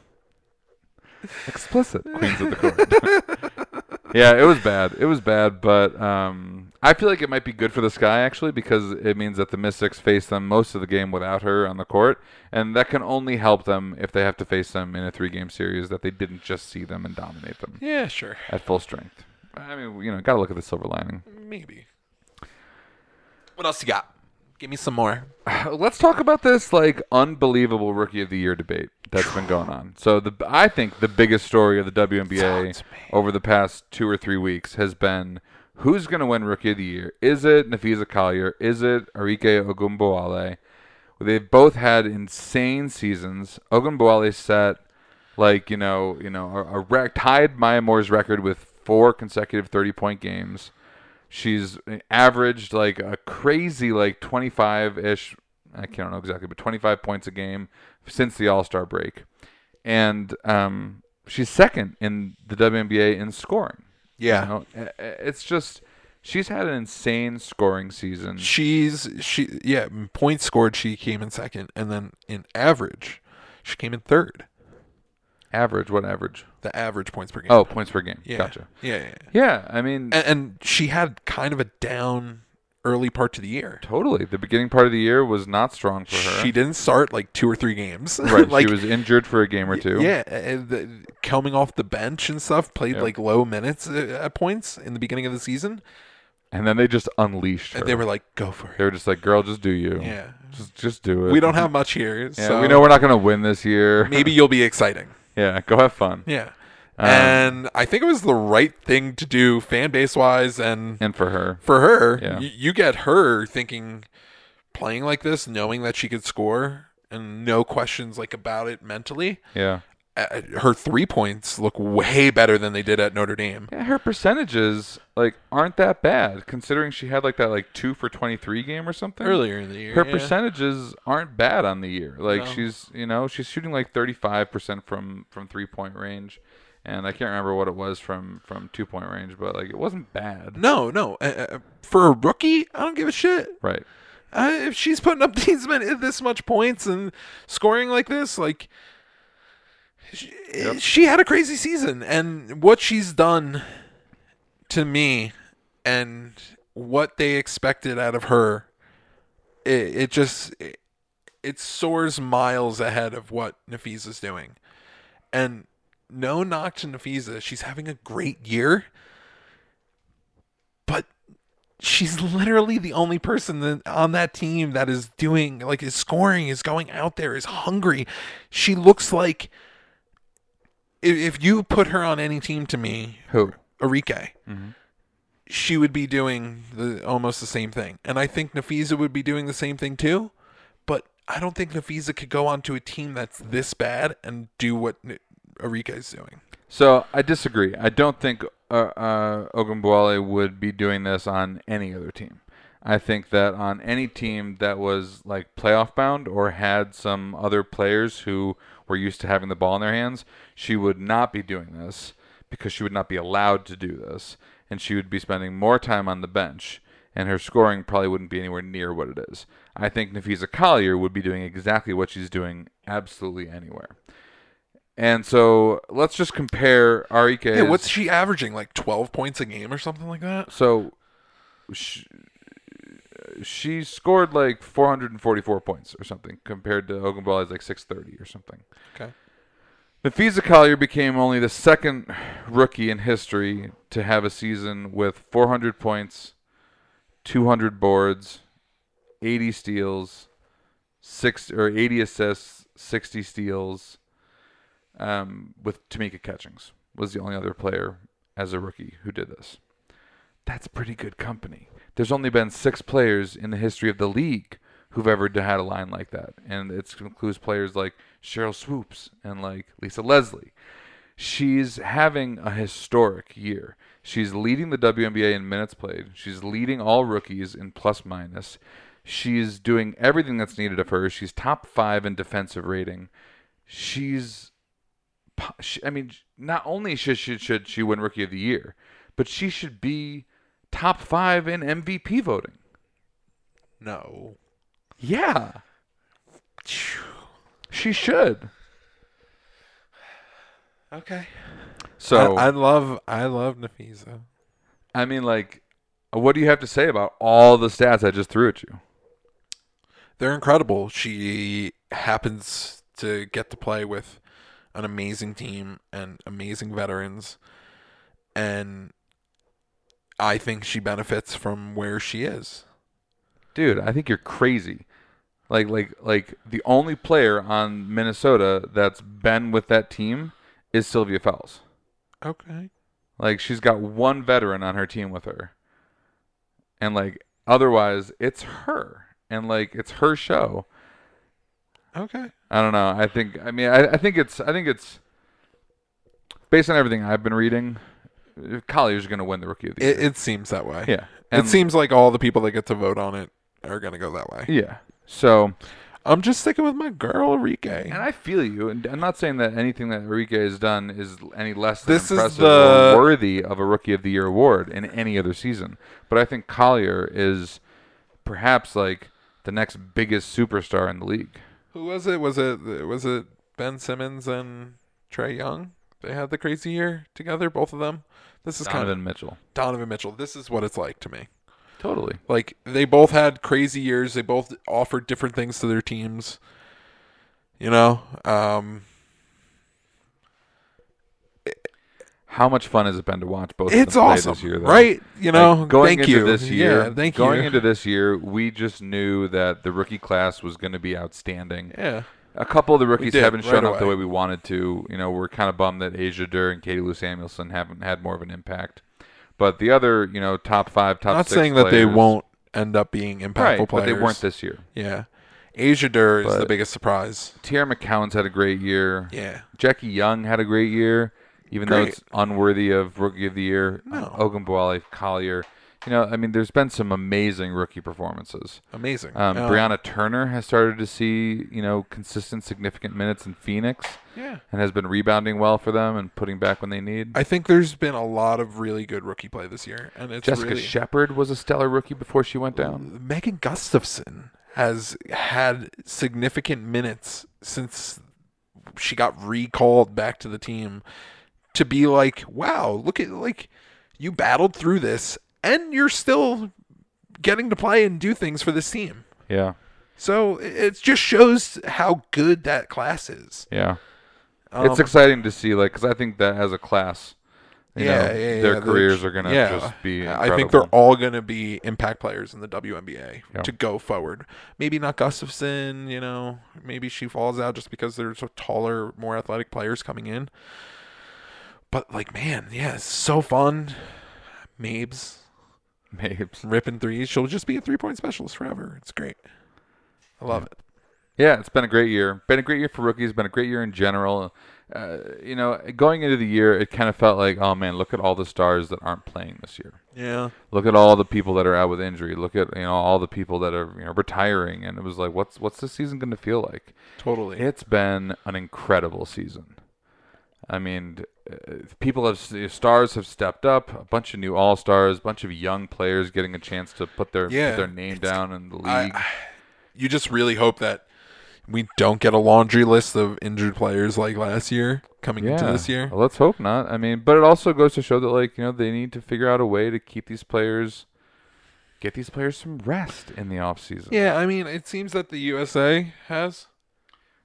explicit queens of the court. yeah, it was bad. It was bad, but um, I feel like it might be good for this guy actually because it means that the Mystics face them most of the game without her on the court, and that can only help them if they have to face them in a three-game series that they didn't just see them and dominate them
Yeah, sure.
at full strength. I mean, you know, gotta look at the silver lining.
Maybe. What else you got? Give me some more.
Let's talk about this like unbelievable rookie of the year debate that's been going on. So the I think the biggest story of the
Talk
WNBA
to me.
over the past two or three weeks has been who's going to win rookie of the year. Is it Nafisa Collier? Is it Arike Ogunbowale? They've both had insane seasons. Ogunbowale set like you know you know a, a rec- tied Maya Moore's record with four consecutive thirty point games. She's averaged like a crazy like 25 ish. I can't know exactly, but 25 points a game since the All Star break, and um, she's second in the WNBA in scoring.
Yeah.
You know, I- I- it's just she's had an insane scoring season.
She's she yeah, in points scored she came in second and then in average she came in third.
Average, what average?
The average points per game.
Oh, points per game.
yeah.
Gotcha.
Yeah, yeah. yeah.
Yeah, I mean,
And, and she had kind of a down early part to the year.
Totally. The beginning part of the year was not strong for her.
She didn't start like two or three games.
right.
like,
she was injured for a game or two.
Yeah, uh, the, coming off the bench and stuff, played
Yeah.
like low minutes uh, at points in the beginning of the season.
And then they just unleashed her.
And they were like, "Go for
They
it."
were just like, "Girl, just do you.
Yeah.
Just just do it.
We don't have much here,
Yeah,
so
we know we're not gonna win this year.
maybe you'll be exciting.
yeah. Go have fun.
Yeah.
Um,
and I think it was the right thing to do fan base wise and
And for her,
for her,
Yeah.
you, you get her thinking playing like this, knowing that she could score and no questions like about it mentally.
yeah.
Uh, her three points look way better than they did at Notre Dame.
Yeah, her percentages like aren't that bad considering she had like that like two for twenty three game or something
Earlier in the year,
Her
yeah.
percentages aren't bad on the year. Like
No.
she's you know she's shooting like thirty five percent from from three point range, and I can't remember what it was from from two point range, but like it wasn't bad.
No, no. Uh, uh, for a rookie, I don't give a shit.
Right.
Uh, if she's putting up these many, this much points and scoring like this, like she, she had a crazy season, and what she's done to me, and what they expected out of her, it, it just it, it soars miles ahead of what Nafisa's doing, and no knock to Nafisa, she's having a great year, but she's literally the only person that, on that team that is doing like is scoring is going out there is hungry she looks like if, if you put her on any team to me
Who?
Arike, she would be doing the almost the same thing. And I think Nafisa would be doing the same thing too. But I don't think Nafisa could go onto a team that's this bad and do what N- Arike is doing.
So I disagree. I don't think uh, uh, Ogunbowale would be doing this on any other team. I think that on any team that was like playoff bound or had some other players who were used to having the ball in their hands, she would not be doing this because she would not be allowed to do this, and she would be spending more time on the bench. And her scoring probably wouldn't be anywhere near what it is. I think Nafisa Collier would be doing exactly what she's doing absolutely anywhere. And so let's just compare Arike.
Yeah, what's she averaging? Like 12 points a game or something like that?
so? She, she scored like 444 points or something compared to Ogunbowale's like 630 or something.
Okay.
Nafisa Collier became only the second rookie in history to have a season with 400 points, 200 boards, 80 steals, six or 80 assists, 60 steals, um, with Tamika Catchings was the only other player as a rookie who did this. That's pretty good company. There's only been six players in the history of the league who've ever d- had a line like that, and it includes players like Cheryl Swoops and like Lisa Leslie. She's having a historic year. She's leading the WNBA in minutes played. She's leading all rookies in plus minus. She's doing everything that's needed of her. She's top five in defensive rating. She's po- she, I mean, sh- not only should she, should she win Rookie of the Year, but she should be top five in MVP voting.
No.
Yeah, she should.
Okay.
So
I, I
I,
love I love Nafisa.
mean, like, what do you have to say about all the stats I just threw at you?
They're incredible. She happens to get to play with an amazing team and amazing veterans. And I think she benefits from where she is.
Dude, I think you're crazy. Like, like, like the only player on Minnesota that's been with that team is Sylvia Fowles.
Okay.
Like she's got one veteran on her team with her. And like otherwise it's her. And like it's her show.
Okay.
I don't know. I think I mean I, I think it's I think it's based on everything I've been reading, uh, Collier's gonna win the rookie of the year.
It, it seems that way.
yeah.
it seems like all the people that get to vote on it are going to go that way.
Yeah. So
I'm just sticking with my girl, Rike.
and I feel you, and I'm not saying that anything that Enrique has done is any less than
This is
impressive
the-
or worthy of a Rookie of the Year award in any other season. But I think Collier is perhaps like the next biggest superstar in the league.
Who was it? Was it was it Ben Simmons and Trey Young? They had the crazy year together, both of them. This is kind of
Donovan Mitchell.
Donovan Mitchell. This is what it's like to me.
Totally.
Like they both had crazy years. They both offered different things to their teams. You know, um,
How much fun has it been to watch both?
it's
of them play
awesome,
this year, though?
right? You know,
Like, going
thank
into
you.
this year,
yeah, thank
going
you.
into this year, we just knew that the rookie class was going to be outstanding.
yeah,
A couple of the rookies
did,
haven't
right
shown up the
away.
way we wanted to. You know, we're kind of bummed that Asia Dur and Katie Lou Samuelson haven't had more of an impact. But the other, you know, top five, top
not
six
saying that they
players-
won't end up being impactful
right,
players,
but they weren't this year.
Yeah, Asia Dur is
But-
the biggest surprise.
Tierra McCowan's had a great year.
Yeah,
Jackie Young had a great year, even though
Great.
it's unworthy of Rookie of the Year.
No.
Ogunbowale, Collier. You know, I mean, there's been some amazing rookie performances.
amazing.
Um, Brianna Turner has started to see, you know, consistent, significant minutes in Phoenix
Yeah.
and has been rebounding well for them and putting back when they need.
I think there's been a lot of really good rookie play this year, and it's
Jessica
really Mm.
Shepard was a stellar rookie before she went down.
Megan Gustafson has had significant minutes since she got recalled back to the team to be like, wow, look at like you battled through this and you're still getting to play and do things for this team.
Yeah.
So it- it just shows how good that class is.
Yeah.
Um,
it's exciting to see, like, because I think that as a class, you know, their
they're-
careers are going to
yeah.
just be.
I think
incredible.
they're all going to be impact players in the WNBA
Yeah.
to go forward. Maybe not Gustafson, you know, maybe she falls out just because there's so taller, more athletic players coming in. But like, man, yeah, it's so fun. Mabes
Mapes.
ripping threes. She'll just be a three point specialist forever. It's great. I love it.
Yeah, it's been a great year. Been a great year for rookies. Been a great year in general. Uh, you know, going into the year, it kind of felt like, oh man, look at all the stars that aren't playing this year.
Yeah.
Look at all the people that are out with injury. Look at you know all the people that are you know retiring. And it was like, what's what's this season going to feel like?
Totally.
It's been an incredible season. I mean, uh, people have stars have stepped up. A bunch of new all stars. A bunch of young players getting a chance to put their
Yeah,
put their name down in the league.
I- you just really hope that we don't get a laundry list of injured players like last year coming into this year.
Well, let's hope not. I mean, but it also goes to show that like you know they need to figure out a way to keep these players, get these players some rest in the off season.
Yeah, I mean, it seems that the USA has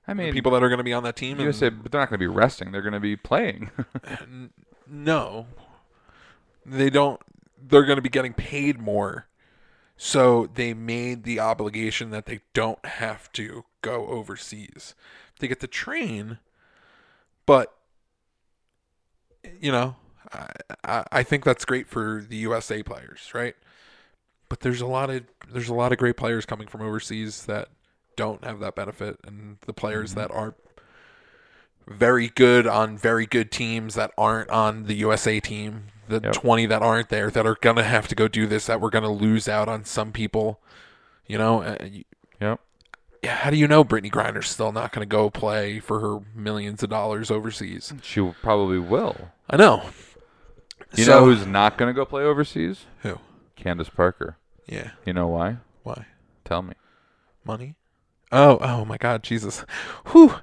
I
the
mean,
people that are going to be on that team. and-
USA, but they're not going to be resting. They're going to be playing.
no, they don't. They're going to be getting paid more, so they made the obligation that they don't have to go overseas. They get to train, but you know, I, I I think that's great for the USA players, right? But there's a lot of there's a lot of great players coming from overseas that don't have that benefit, and the players
Mm-hmm.
that are very good on very good teams that aren't on the USA team, the
Yep.
20 that aren't there that are going to have to go do this, that we're going to lose out on some people. You know, uh, you-
yep.
yeah, how do you know Brittany Griner's still not going to go play for her millions of dollars overseas?
She w- probably will.
I know.
You
So-
know who's not going to go play overseas?
Who?
Candace Parker.
Yeah.
You know why?
Why?
Tell me.
Money? Oh, oh my God, Jesus. Whew.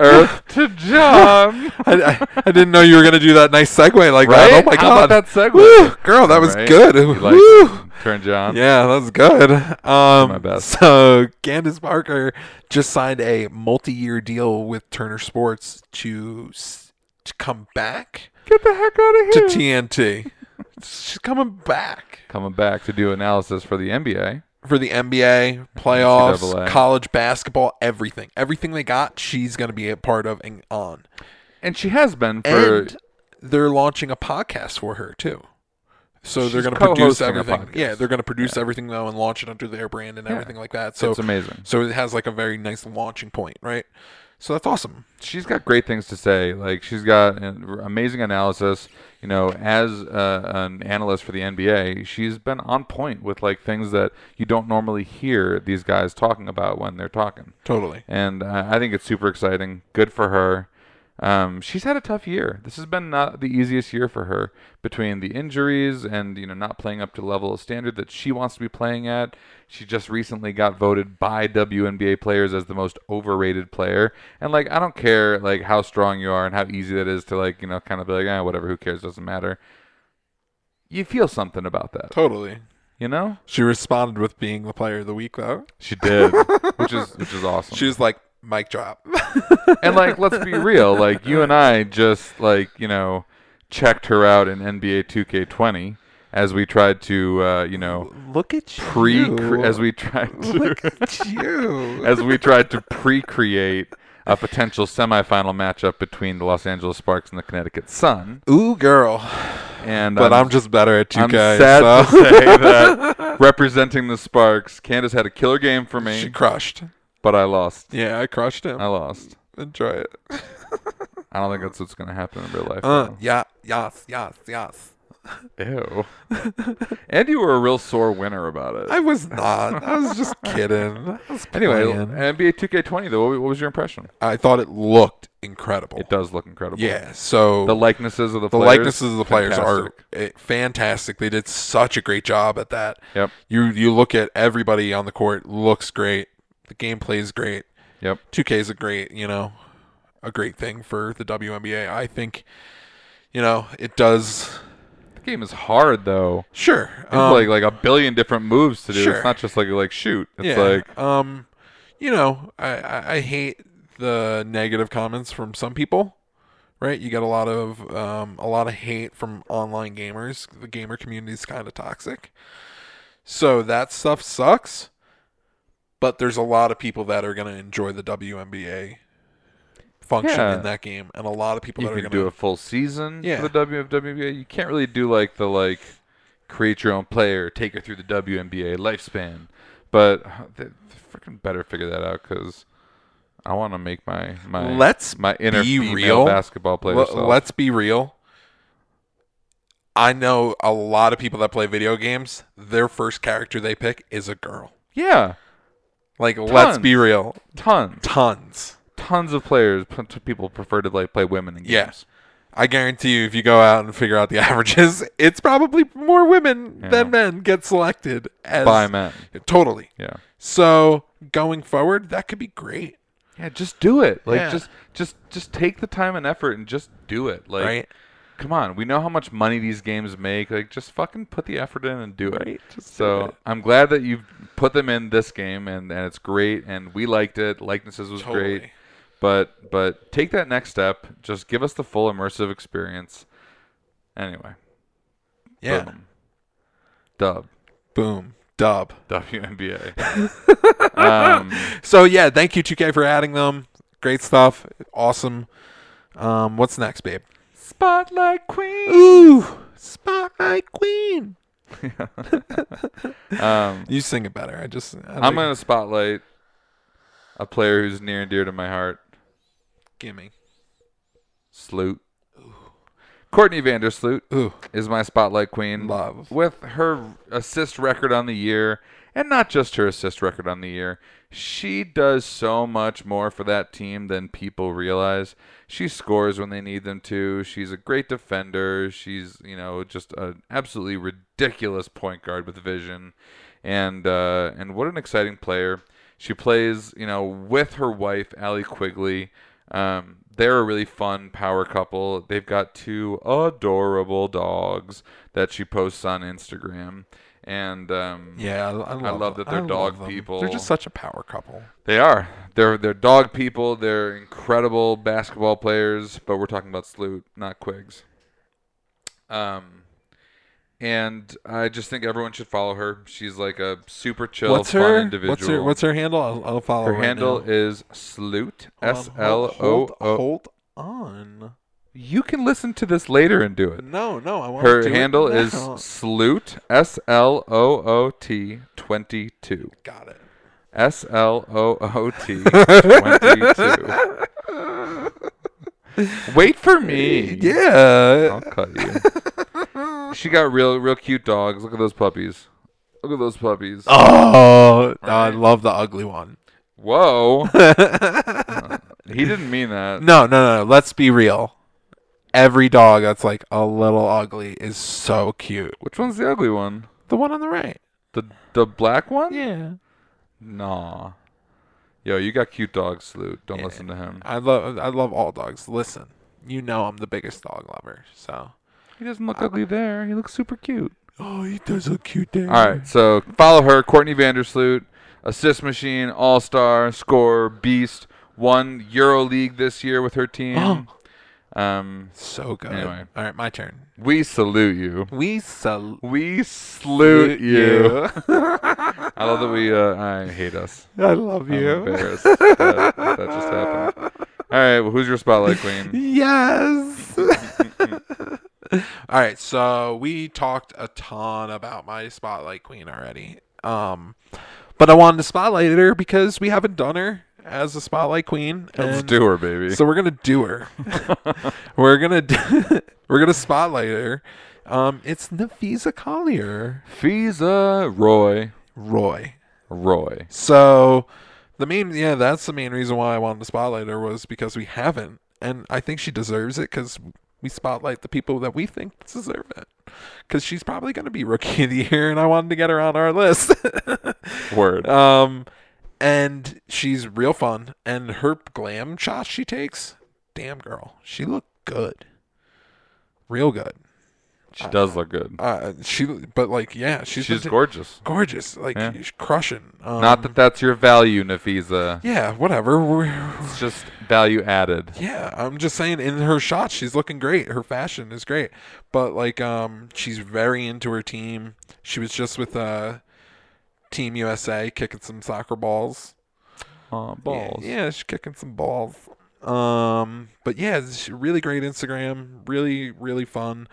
Earth to John.
I, I, I didn't know you were going to do that nice segue like that.
Right?
Oh my
How
God.
about that segue?
Woo! Girl, that was
Right?
good.
You like
Woo!
it? Turn John.
Yeah, that's good. Um,
My best.
So Candace Parker just signed a multi-year deal with Turner Sports to s- to come back
Get the heck out of
to
here.
TNT. She's coming back
Coming back to do analysis for the NBA.
for the NBA playoffs,
NCAA.
college basketball, everything. Everything they got, she's going to be a part of and on.
And she has been for
and they're launching a podcast for her too. So
She's
they're going to produce
co-hosting a
everything.
podcast.
Yeah, they're going to produce everything though and launch it under their brand and everything like that. So
it's amazing.
So it has like a very nice launching point, right? So that's awesome.
She's got great things to say. Like she's got an amazing analysis. You know, as uh, an analyst for the NBA, she's been on point with like things that you don't normally hear these guys talking about when they're talking.
Totally.
And uh, I think it's super exciting. Good for her. Um, she's had a tough year. This has been not the easiest year for her between the injuries and you know not playing up to the level of standard that she wants to be playing at. She just recently got voted by WNBA players as the most overrated player. And like I don't care like "Eh, how strong you are and how easy that is to like you know kind of be like ah whatever who cares doesn't matter. you feel something about that.
Totally.
You know?
She responded with being the player of the week, though.
She did, which is which is awesome.
She was like, mic drop.
and like let's be real like you and i just like you know checked her out in nba 2k20 as we tried to uh, you know
Look at you.
pre as we tried to
Look at you.
as we tried to pre-create a potential semifinal matchup between the los angeles sparks and the connecticut sun
Ooh, girl.
and
But I'm, just better at 2K.
I'm sad
so-
to say that representing the sparks candace had a killer game for
she
me
crushed.
but i lost
Yeah, I crushed him.
i lost
Enjoy it.
i don't think that's what's going to happen in real life
Uh,
though.
yeah, yes, yes, yes.
Ew. and you were a real sore winner about it.
I was not. I was just kidding. I was
anyway,
playing.
NBA 2K20 though. What was your impression?
I thought it looked incredible.
It does look incredible.
Yeah. So
The likenesses of the
the
players,
likenesses of the players
fantastic.
are eh, fantastic. They did such a great job at that.
Yep.
You you look at everybody on the court looks great. The gameplay is great.
Yep.
2K is a great, you know, a great thing for the WNBA. I think you know, it does
The game is hard though.
sure.
There's
um,
like like a billion different moves to do.
sure.
It's not just like like shoot. It's
yeah.
like
um you know, I, I I hate the negative comments from some people. Right? You get a lot of um a lot of hate from online gamers. The gamer community is kind of toxic. So that stuff sucks. But there's a lot of people that are going to enjoy the WNBA function
Yeah.
in that game and a lot of people
you
that are
can
going
do a full season
Yeah.
for the WWBA. You can't really do like the like create your own player, take her through the WNBA lifespan. But they, they freaking better figure that out because I want to make my my
Let's
my inner
be
female
real.
basketball player.
Let-
self.
Let's be real. I know a lot of people that play video games. Their first character they pick is a girl.
yeah,
Like, let's
Tons.
be real.
tons
Tons.
tons of players. p- t- People prefer to like play women in games.
Yeah. I guarantee you, if you go out and figure out the averages, it's probably more women
Yeah.
than men get selected as
by men.
Totally.
Yeah,
So going forward, that could be great,
yeah. Just do it. Like
Yeah.
just just just take the time and effort and just do it. Like.
right?
come on, we know how much money these games make. Like, just fucking put the effort in and do it.
Right, just do
so
it.
I'm glad that you've put them in this game, and, and it's great, and we liked it. Likenesses was great,
Totally.
but but take that next step. Just give us the full immersive experience. Anyway,
Yeah.
boom, dub
Boom. Dub.
WNBA. um,
So yeah, thank you 2K for adding them. Great stuff. Awesome. Um, what's next, babe?
Spotlight Queen.
Ooh, spotlight queen.
Um,
You sing it better. I just I
I'm
like-
gonna spotlight a player who's near and dear to my heart.
gimme.
Sloot. Courtney Vandersloot
Ooh,
is my spotlight queen.
Love.
With her assist record on the year, and not just her assist record on the year, she does so much more for that team than people realize. She scores when they need them to. She's a great defender. She's, you know, just an absolutely ridiculous point guard with vision. And uh, and what an exciting player. She plays, you know, with her wife, Allie Quigley. Um, they're a really fun power couple. They've got two adorable dogs that she posts on Instagram, and um,
yeah, I, I love,
love that they're dog
them.
people.
They're just such a power couple.
they are. They're they're dog people. They're incredible basketball players. But we're talking about Sloot, not Quigs. Um, and I just think everyone should follow her. She's like a super chill,
what's
fun
her?
individual.
What's her? What's her handle? I'll, I'll follow
her
right
handle
now.
is Sloot. S
Hold on,
L
hold-
O
Hold,
O.
on.
You can listen to this later and do it.
No, no, I want
Her
to do
handle
it
is
now.
Sloot S L O O T twenty two.
got it.
S L O O T twenty two. Wait for me.
Yeah.
I'll cut you. she got real real cute dogs. Look at those puppies. Look at those puppies.
Oh, I love the ugly one.
Whoa. he didn't mean that.
No, no, no. Let's be real. Every dog that's like a little ugly is so cute.
Which one's the ugly one?
The one on the right.
The the black one?
Yeah.
Nah. Yo, you got cute dogs, Sloot. Don't listen to him.
I love I love all dogs. Listen, you know I'm the biggest dog lover, so
He doesn't look ugly there. He looks super cute.
Oh, he does look cute there.
All right, so follow her, Courtney Vandersloot, assist machine, all star, scorer, beast, won EuroLeague this year with her team. um,
So good.
Anyway.
All right, my turn.
we salute you.
We salute
We salute you. I love that we. Uh, I hate us.
I love
I'm
you.
embarrassed that, that just happened. All right, well, who's your spotlight queen?
Yes. All right, so we talked a ton about my spotlight queen already. Um but I wanted to spotlight her because we haven't done her as a spotlight queen.
Let's
and-
do her, baby.
So we're gonna do her. we're gonna do, we're gonna spotlight her. Um, it's Nafisa Collier,
Fiza Roy
Roy.
Roy.
So the main yeah, that's the main reason why I wanted to spotlight her was because we haven't, and I think she deserves it because we spotlight the people that we think deserve it. Because she's probably gonna be rookie of the year, and I wanted to get her on our list.
Word.
Um, and she's real fun. And her glam shots she takes, damn girl, she looked good, real good.
She does look good.
Uh, she, but like, yeah, she's
She's
been-
gorgeous.
gorgeous, like
Yeah.
she's crushing. Um,
Not that that's your value, Nafisa.
yeah, whatever. We're-
It's just value added.
Yeah, I'm just saying in her shots she's looking great. Her fashion is great. But like um she's very into her team. She was just with uh Team USA kicking some soccer balls.
Aw,
Yeah,
balls.
Yeah, she's kicking some balls. Um, but yeah, it's really great Instagram. Really, really fun.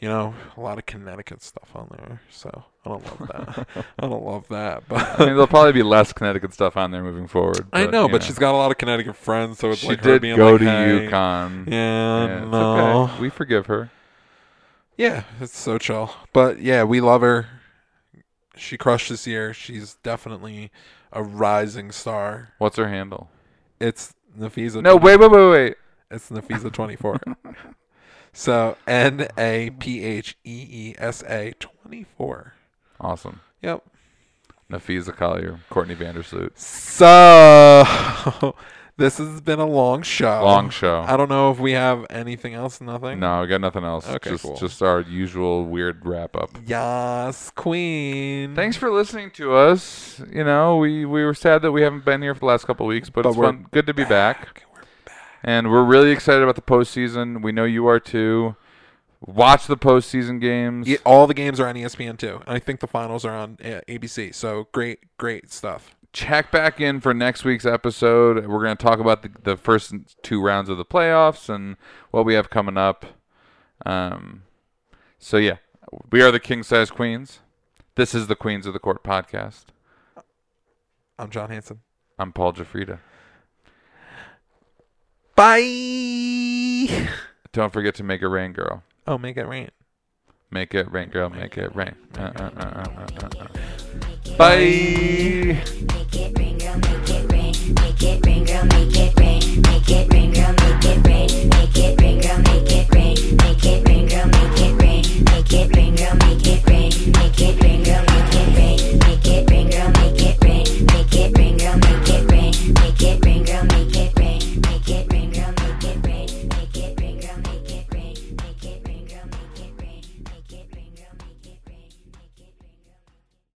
You know, a lot of Connecticut stuff on there, so I don't love that. I don't love that, but
I mean, there'll probably be less Connecticut stuff on there moving forward.
I know.
you
But she's got a lot of Connecticut friends, so it's
she
like her
did
being
go
like,
to
"Hey."
UConn.
Yeah,
Yeah, it's
no.
okay. We forgive her.
Yeah, it's so chill. But yeah, we love her. She crushed this year. She's definitely a rising star.
What's her handle?
It's Nafisa.
No, wait, wait, wait, wait.
It's Nafisa 24. so N A P H E E S A 24.
Awesome.
Yep.
Nafisa Collier, Courtney Vandersloot.
So this has been a long show.
Long show.
Um, I don't know if we have anything else. Nothing.
No, we got nothing else.
Okay,
just,
cool.
just our usual weird wrap up.
Yas, Queen.
Thanks for listening to us. You know, we, we were sad that we haven't been here for the last couple of weeks, but,
But
it's
we're
fun. good to be back.
Okay, we're-
And we're really excited about the postseason. We know you are too. Watch the postseason games.
Yeah, all the games are on E ESPN too, and I think the finals are on uh, ABC. So great, great stuff.
Check back in for next week's episode. We're going to talk about the, the first two rounds of the playoffs and what we have coming up. Um, so, yeah, we are the King Size Queens. This is the Queens of the Court podcast.
I'm John Hanson.
I'm Paul Jafrida.
Bye.
Don't forget to make it rain, girl.
Oh, make it rain.
Make it rain, girl. Make it rain. Uh, uh, uh, uh, uh, uh, uh. Bye.
Make it rain.